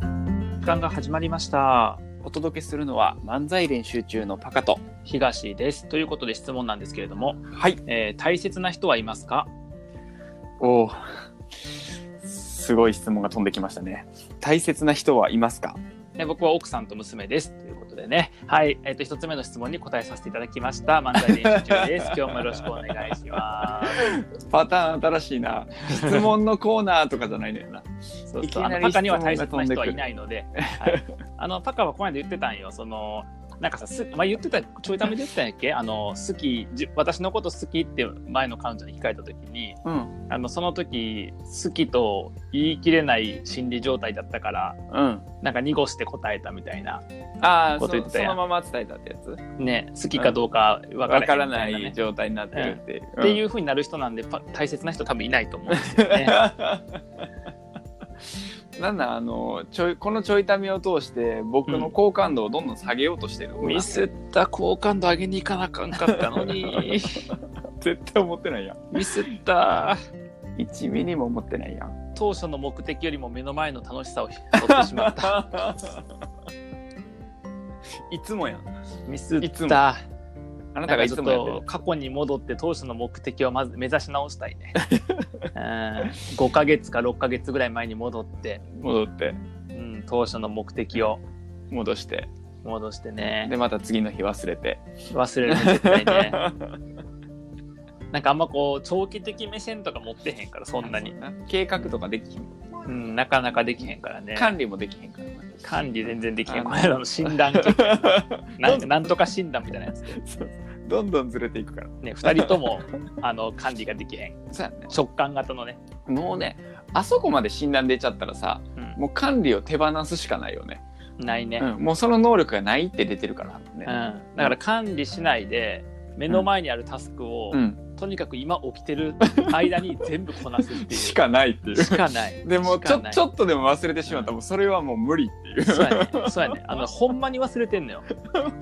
雑感が始まりました。お届けするのは漫才練習中のパカと東です。ということで質問なんですけれども、はい。えー大切な人はいますかおお。すごい質問が飛んできましたね。大切な人はいますか。ね僕は奥さんと娘です。ということでね、はい、えっ、と、一つ目の質問に答えさせていただきました。漫才練習中 です。今日もよろしくお願いしまパターン新しいな。質問のコーナーとかじゃないのよ な。す。そういきそう、なありの、パカには大切な質問人が飛んでくはるいないので、はい、あの、パカはこの間言ってたんよ、その、なんかさ、すまあ、言ってた、ちょいためで言ってたんやっけあの、好き、じ私のこと好きって前の彼女に控えた時に、うん。あの、その時、好きと言い切れない心理状態だったから、うん。なんか濁して答えたみたいな。ああ、こと言そってたやんそのまま伝えたってやつ。ね、好きかどうかわからわへんからみたないねい状態になってるっていう。っていうう風になる人なんでパ大切な人多分いないと思うんですよね。ん。 なんなんあのちょいこのちょいためを通して僕の好感度をどんどん下げようとしてるのか な、ミスった好感度上げに行かなあかんかったのに絶対思ってないやん ミスった1ミリも思ってないやん当初の目的よりも目の前の楽しさを取ってしま った いつもやん。ミスっいつもたあななんたがかいちつょっもやってると。過去に戻って当初の目的をまず目指し直したい ね、うん、5ヶ月か6ヶ月ぐらい前に戻って、戻って、うん、当初の目的を戻して、戻してねで、また次の日忘れて。忘れるね絶対ね なんかあんまこう長期的目線とか持ってへんからそんなに、計画とかできひんもん。うん、なかなかできへんからね管理もできへんからな。管理全然できへあん。のこの間の診断 結果なんかなんとか診断みたいなやつで。 そうどんどんずれていくから。ね、2人と もあの管理ができへん。そうやね。直感型のね。もうね、あそこまで診断出ちゃったらさ、うもう管理を手放すしかないよね。ん、ないね、うん、もうその能力がないって出てるからうんね。だから管理しないで、目の前にあるタスクを、うん。とにかく今起きてる間に全部こなすっていう。しかないっていうし。かない。でもしちかょないちょっとでも忘れてしまったらもうそれはもう無理っていう。そうやね。そうやね。あの、ほんまに忘れてん のよ。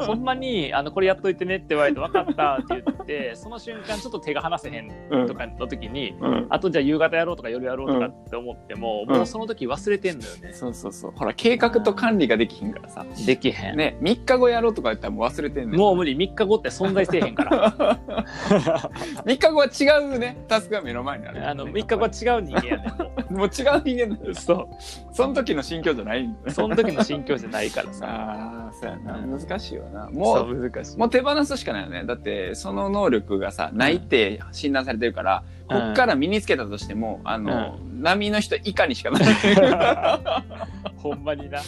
ほんまに、あの、これやっといてねって言われて、分かったって言って、その瞬間ちょっと手が離せへんうんとかの時に、うん、あとじゃあ夕方やろうとか夜やろうとかって思っても、うんもうその時忘れてんのよね。そうそうそうほら計画と管理ができひんからさできへん。ね3日後やろうとか言ったらもう忘れてんねんもう無理、3日後って存在せえへんから。 3日後は違うねタスクが目の前にある、あの、3日後は違う人間やねんももう違う人間だう。よそその時の心境じゃないんだう。ねその時の心境じゃないからさ。ああそうやなうん難しいよなもうう難しいもう手放すしかないよねだってその能力がさないって診断されてるから、うんこっから身につけたとしてもあの、波の人以下にしかない ほんまにな。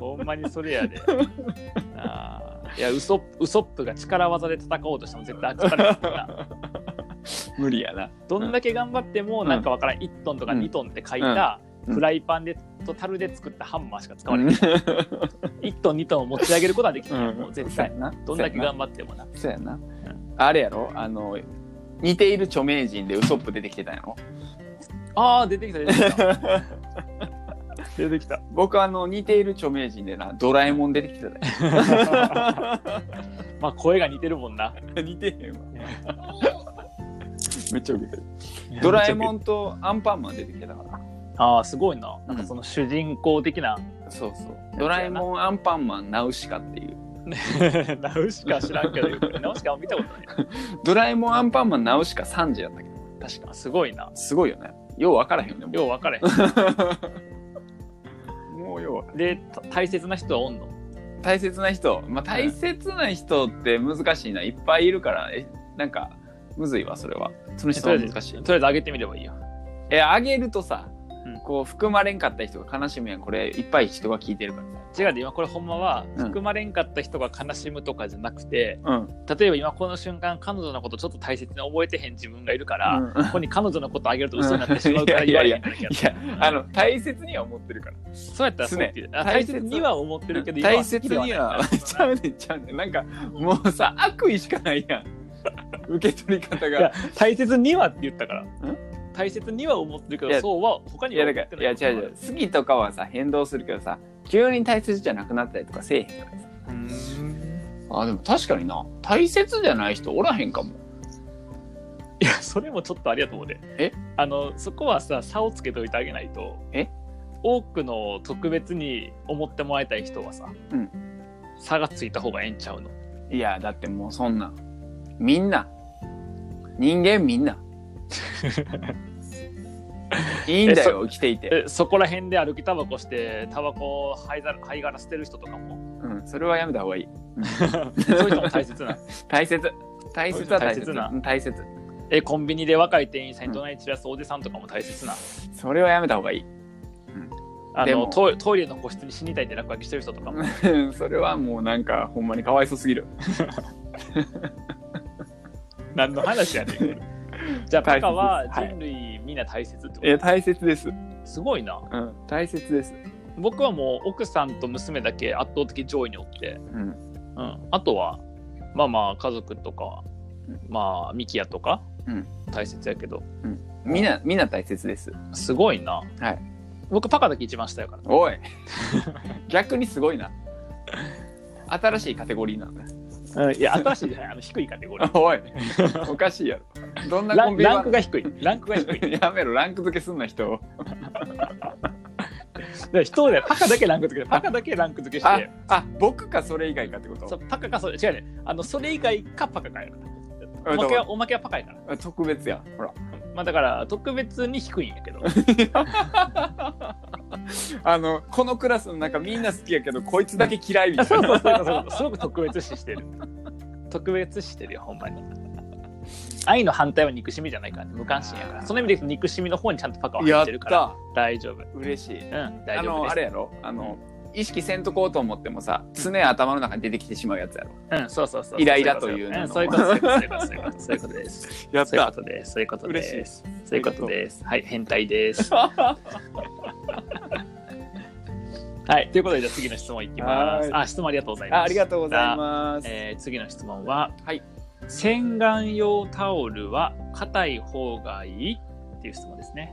ほんまにそれやで。あーいやウソップウソップが力技で戦おうとしても絶対扱われへんからな無理やなどんだけ頑張ってもうんなんかわからん1トンとかうん2トンって書いたうんフライパンでと樽で作ったハンマーしか使われない1トン2トンを持ち上げることはできない、もう絶対などんだけ頑張ってもなそうやな。あれやろあの、似ている著名人でウソップ出てきてたんやろああ出てきた出て きた出てきた僕あの、似ている著名人でな、ドラえもん出てきてたよ。 まあ声が似てるもんな 似てへんわ。 めっちゃウケてる。ドラえもんんとアンパンマン出てきてたから。ああすごいななんかその主人公的なそうそう。ドラえもん、アンパンマン、ナウシカっていう。 ナウシカ知らんけどナウシカは見たことないドラえもん、アンパンマン、ナウシカ3時やったっけど。確かすごいなすごいよね。よう分からへんよね。もよう分かれへうもうよう分かんでた大切な人はおんのらん大切な人。まあ、大切な人って難しいな。いっぱいいるから、え、なんか、むずいわ、それは。その人は難しと。いりあえず上げてみればいいよえあげるとさ、うんこう含まれんかった人が悲しむやんこれいっぱい人が聞いてるから違うで今これほんまはうん含まれんかった人が悲しむとかじゃなくて、さ例えば今この瞬間彼女のことちょっと大切に覚えてへん自分がいるから、 うん、ここに彼女のことあげると嘘になってしまうから言われへんからいやあの大切には思ってるからそうやったらそうっていうあ大大切切には思ってるけど今大は好切きではには ちゃうねんちゃうねんなんかもうさ悪意しかないや ん受け取り方いやが大切にはって言ったから大切には思ってるけいどやそうは他いにはや思だっからてないやい違う違う好きとかはさ変動するけどさ急に大切じゃなくなったりとかせえへんからさうーんあでも確かにな大切じゃない人おらへんかもいやそれもちょっとありがとうでえあのそこはさ差をつけといてあげないとえ多くの特別に思ってもらいたい人はさ、うん差がついた方がええんちゃうのいやだってもうそんなみんな人間 みんないいんだよ生きていて、えそこら辺で歩きタバコしてタバコを灰皿灰殻捨てる人とか もうん、それはやめた方がいいそういう人も大切な大切大切は大切大切なうん大切えコンビニで若い店員さんに隣に散らすおじさんとかも大切なそれはやめた方がいいあでのもトイトイレの個室に死にたいって落書きしてる人とかもそれはもうなんかほんまにかわいそうすぎる何の話やねんこれじゃあパ大切ですカははい人類みんな大切ってこと、いや大切です、う、すごいなん大切です、僕はもう奥さんと娘だけ圧倒的上位におって、うんうん、あとはまあまあ家族とかうんまあミキヤとか、うん大切やけどみんなみんな大切ですすごいな、はい僕パカだけ一番下やから おい逆にすごいな新しいカテゴリーなんだうんいや、新しいじゃない、あの低いカテゴ リー。おいおかしいやろどんなラコンンビニランはクが低い。ランクが低い。やめろランク付けすんな人をだから人 でパカだけランク付けて、 パカだけランク付けしあて、あ僕かそれ以外かってことそうパカかそれ、違うね、あのそれ以外かパカかやから。うおんまけはおまけはパカやから。特別やほらまあだから、特別に低いんやけど。あのこのクラスの中みんな好きや けどこいつだけ嫌いみたいなそうそうそうそう、すごく特別視してる。特別視してるよ、ほんまに。愛の反対は憎しみじゃないから、ね、無関心やから。その意味で言うと憎しみの方にちゃんとパカは入 やっってるから、た大丈夫。うん、嬉しい大あ丈夫のです。あれやろあの意識せんとこうと思ってもさ常に頭の中に出てきてしまうやつやろうん、そうそうそう。イライラというののそういうことそういうことそういうことそういうことです。 やそういうことです。そういうこと嬉しいで。ですそういうことです。はい、変態です。はい、ということで、じゃあ次の質問いきまはすい。あ、質問ありがとうございます。あありがとうございます、えー次の質問は、はい洗顔用タオルは硬い方がいいっていう質問ですね。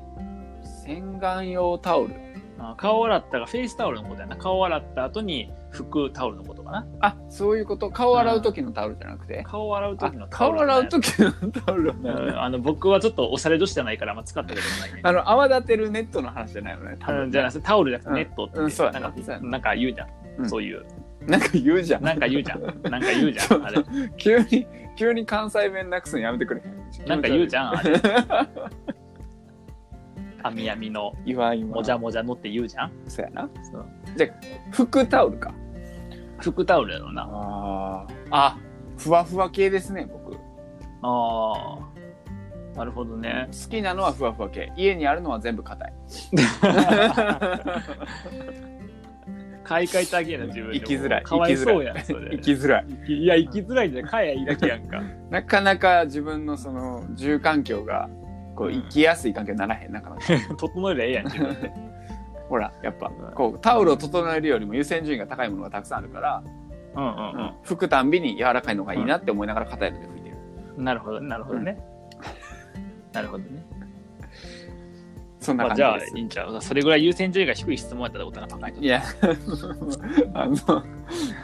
洗顔用タオルあ顔洗ったがフェイスタオルのことやな。顔洗った後に拭くタオルのことかな。あそういうこと顔洗う時のタオルじゃなくて顔洗うあ時のタオ顔ルなんや。洗う時のタオルうなんやんあの僕はちょっとおしゃれ女子じゃないから、まあ、使ったことないね。あの泡立てるネットの話じゃないよね多分うんじゃなくてタオルじゃなくてネットって、うんうんそうやななんかそうやななんか言うじゃん、うんそういうなんか言うじゃんなんか言うじゃん なんか言うじゃんあれ急に急に関西弁なくすのやめてくれなんか言うじゃんゃんあれ網やみの言わん言わんもじゃもじゃのって言うじゃんそうやなそう服タオルか服タオルやろなああふわふわ系ですね僕好あーなるほどねきなのはふわふわ系家にあるのは全 部硬い買い替えてあげるな自分でも生きづらいかわいそうやんそれ生きづらいいや生きづらいんじゃん買えばいいだけやんかなかなか自分のその住環境がこううん生きやすい環境にならへん なかなか整えればええやん自分でほらやっぱこうタオルを整えるよりも優先順位が高いものがたくさんあるから、うんうんうん拭くたんびに柔らかいのがいいなって思いながら硬いので拭いてるなるほど、なるほどね。なるほどね。そんまなあ、感じじゃあ、でいす、いんちゃうそれぐらい優先順位が低い質問やったってことな、高いとい。や あの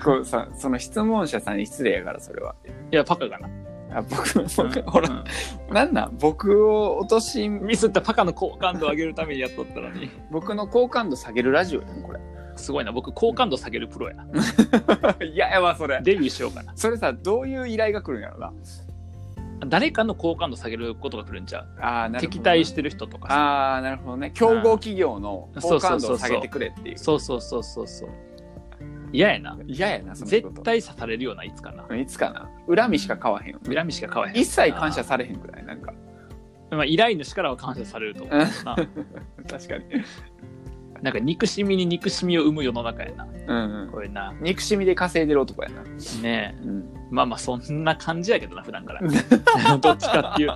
こうさその質問者さんに失礼やからそれはいや、パカかな。あ僕う僕、んほら、うんなんなん僕を落としミスったパカの好感度を上げるためにやっとったのに。僕の好感度下げるラジオやんこすごいな、僕、好感度下げるプロや。 れいややわそれデビューしようかな。それさどういう依頼が来るんやろな誰かの好感度下げることが来るんちゃうあーなるほど敵対してる人とかさ。ああなるほどね競合企業の好感度を下げてくれっていうそうそうそうそうそう。嫌やな。嫌やなその絶こと対刺されるような、いつかな。いつかな恨みしか買わへんよ恨みしか買わへん。一切感謝されへんくらいなんかまあ、依頼主からは感謝されると思うな。確かになんか憎しみに憎しみを生む世の中やな。うん、うん、これな。憎しみで稼いでる男やな、ねえ。うん、まあまあそんな感じやけどな普段 からどっちかっていうと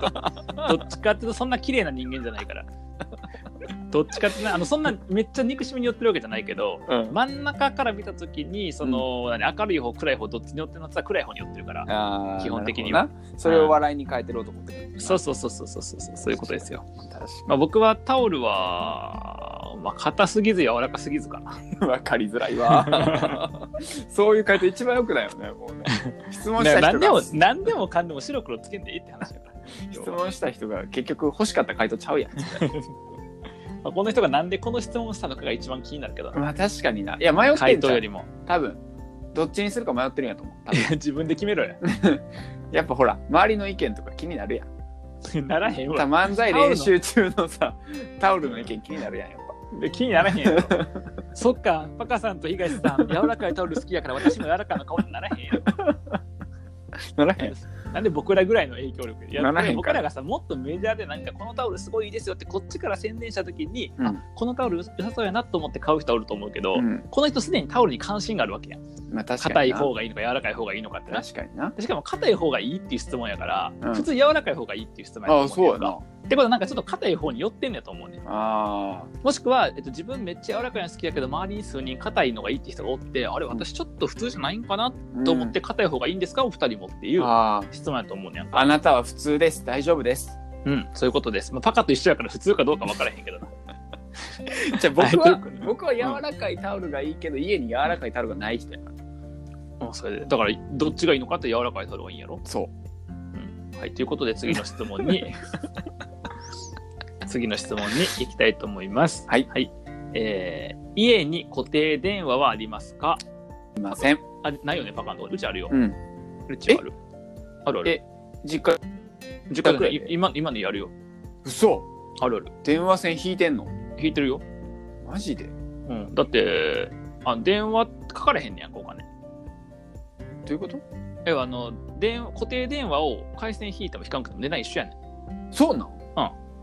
どっちかっていうとそんな綺麗な人間じゃないからどっちかっていうとあのそんなめっちゃ憎しみに寄ってるわけじゃないけどうん真ん中から見た時にその、何明るい方暗い方どっちに寄ってるのって言ったら暗い方に寄ってるからあー基本的になはるほどなそれを笑いに変えてる男ってことそうそうそうそうそうそうそういうことですよ、確かまあ、僕はタオルはまあ硬すぎず柔らかすぎずかなに分かりづら いわそういう回答一番よくないよねもうね質問した何人でもが何でもかんでも白黒つけんでいいって話だから 質問した人が結局欲しかった回答ちゃうやんまあこの人がなんでこの質問をしたのかが一番気になるけどなまあ確かにないや迷って回んじ答ゃよん りも多分どっちにするか迷ってるんやと思う多い分や自分で決めろよやっぱほら周りの意見とか気になるやんならへんたわ漫才練習中のさタオルの意見気になるやんやっで気にならへ んよそっかパカさんと東さん柔らかいタオル好きやから私も柔らかな顔にならへんよぱならへんなんで僕らぐらいの影響力いやならへんから僕らがさもっとメジャーでなんかこのタオルすごいですよってこっちから宣伝した時に、うんあこのタオル良さそうやなと思って買う人おると思うけど、うんこの人すでにタオルに関心があるわけやんまあ確か硬にいな方がいいのか柔らかい方がいいのかってな確かになでしかも硬い方がいいっていう質問やから、うん普通柔らかい方がいいっていう質問ああやとそう思やんだよなってことはなんかちょっと硬い方に寄ってんねやと思うねあもしくは、えっと、自分めっちゃ柔らかいの好きやけど周りに数人硬いのがいいって人がおってあれ私ちょっと普通じゃないんかなあと思って硬い方がいいんですか、お二人もっていうあー質問やと思うねんあなたは普通です大丈夫ですうんそういうことです、まあ、パカと一緒やから普通かどうか分からへんけどな じゃあ僕はいは僕は柔らかいタオルがいいけど家に柔らかいタオルがない人やからもうそれでだからどっちがいいのかって柔らかいタオルがいいんやろそうはいということで次の質問 に次の質問に行きたいと思いますはいえー家に固定電話はありますかいませんあないよねパカのとこうちあるよ、うんうちあるあるあるえ実家自宅宅でやで今今のやるよ嘘あるある電話線引いてんの引いてるよ、マジでうん、だってあ電話かかれへんねやんかお金どういうことえあの電固定電話を回線引いても引かんくても値段一緒やねんそうなん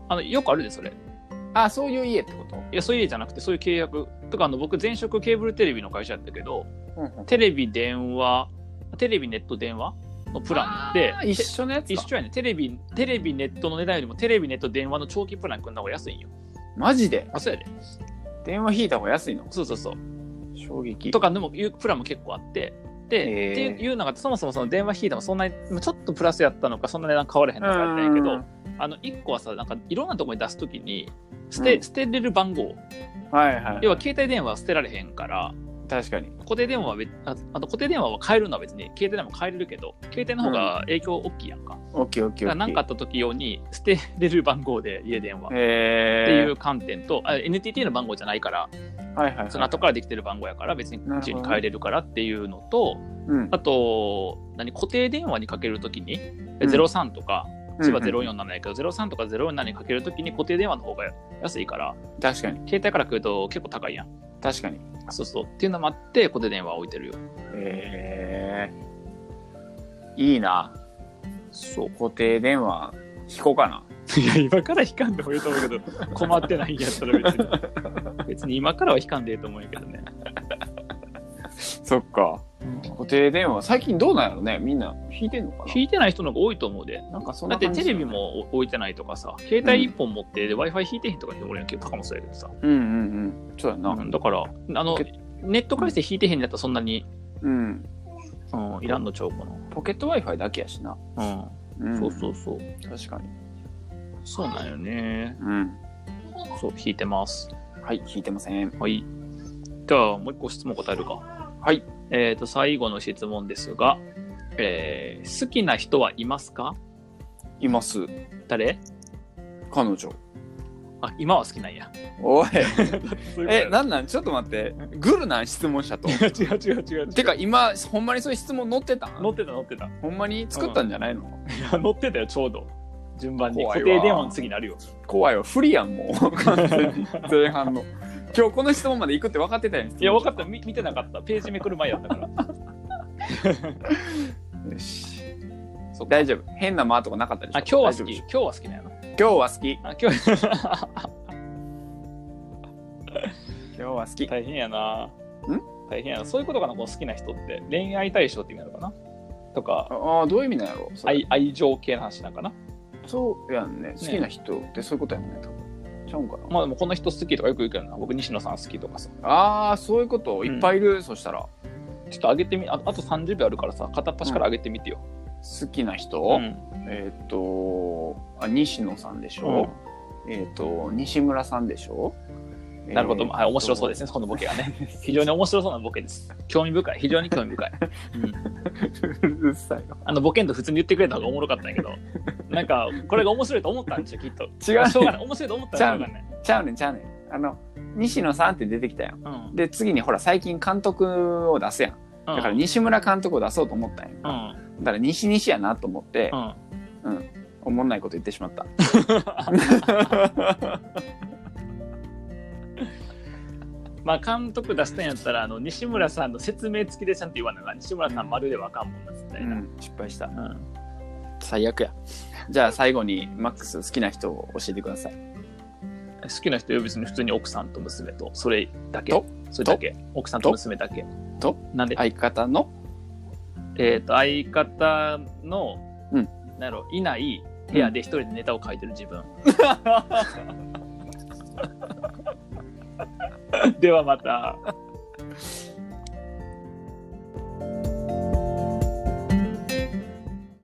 あのよくあるでそれいあそういう家ってことやそういう家じゃなくてそういう契約とかあの僕前職ケーブルテレビの会社やったけどうんうんテレビ電話テレビネット電話のプランであー一緒のやつか一緒やねんテレビテレビネットの値段よりもテレビネット電話の長期プラン組んだ方が安いんよマジであそうやで電話引いた方が安いのそうそうそう衝撃とかでもいうプランも結構あってで、へーっていうのがそもそもその電話引いてもそんなにまあちょっとプラスやったのかそんな値段変わらへんのかやったんやけどあの1個はさなんかいろんなとこに出すときに捨て,、うん捨てれる番号はいはい要は携帯電話は捨てられへんから確かに固定電話は別ああの固定電話は変えるのは別に携帯でも変えれるけど携帯の方が影響大きいやんか、オッケーオッケーオッケー何かあった時用に捨てれる番号で家電話っへていーう観点と、あ NTT の番号じゃないからはいはいはいその後からできてる番号やから別にうちに変えれるからっていうのと、うんあと何固定電話にかけるときにうん03とか、千葉うんうん047やけど、03とか047にかけるときに固定電話の方が安いから確かに携帯から来ると結構高いやん確かにそうそうっていうのもあって固定電話置い てるよへえいいなそう固定電話引こうかないや今から引かんでもいいと思うけど困ってないんやったら別に 別に今からは引かんでいいと思うんやけどねそっか固定電話最近どうなんやろねみんな引いてんのかな引いてない人の方が多いと思うでなんかそんだなって感じテレビも置いてないとかさ携帯1本持って w i f i 引いてへんとか俺は結構高もそうやけどさ、うんうんうんそうやなうんだからあのネット回線引いてへんやったらそんなに、うんうん、いらんのちゃうかポケット Wi-Fi だけやしなな、ううん、んそうそうそう確かにそうなんよねうんそう引いてますはい引いてませんはい。じゃあ、もう一個質問答えるか。はい。えっ、と、最後の質問ですが、えー好きな人はいますかいます誰彼女あ、今は好きなんや。おいえ え、ななんなんちょっと待ってグルなん質問者と 違う違う違う違 う。てか今ほんまにそういう質問載ってたん乗ってた乗ってた。いほんまに作ったんじゃないの、や、乗ってたよ、ちょうど。順番に。怖い固わ定電話の次になるよ。怖いわ不利やんも う完全に前半の今日この質問まで行くって分かってたやんいや、分かった。み見てなかった。ページめくる前やった から。よしそっか大丈夫変な間とかなかったでしょあ、今日は大好丈夫き。でしょ今日は好きなんや な。今日は好きあ、今日今日は好き大変やな。大変やな。そういうことかな、こう好きな人って。恋愛対象って意味なのかなとか、ああどういう意味なんやろそれ愛愛情系の話なんかな。そうやんね好きな人ってそういうことやもんね多分ちゃうんかな、まあでもこの人好きとかよく言うけどな僕西野さん好きとかさああそういうこといっぱいいる、そしたらちょっと上げてみああと30秒あるからさ片っ端から上げてみてよ、好きな人、うんえーっ、とあ西野さんでしょ、えーっ、と西村さんでしょなるほど、はい、面白そうですね、このボケはね。 非常に面白そうなボケです。興味深い、非常に興味深い。うん うるさいなあのボケんと普通に言ってくれた方がおもろかったんやけ ど、なんか、これが面白いと思ったんでしょ、きっと。違うしょうがない、面白いと思ったらしょうがない。ちゃうねんちゃうねんあの西野さんって出てきたやんうん。で次にほら最近監督を出すやんだだから、西村監督を出そうと思ったんやんうか、ん。だから西西やなと思って、うん。おもんないこと言ってしまった まあ、監督出したんやったら、あの、西村さんの説明付きでちゃんと言わないな。西村さんまるでわかんもんな、絶う対な。ん失敗したうん最悪やじゃあ最後にマックス好きな人を教えてください好きな人は別に普通に奥さんと娘とそれだけとそれだけ奥さんと娘だけとなんで、相方のえー、と相方の、うんなんやろいない部屋で一人でネタを書いてる自分、 ではまた。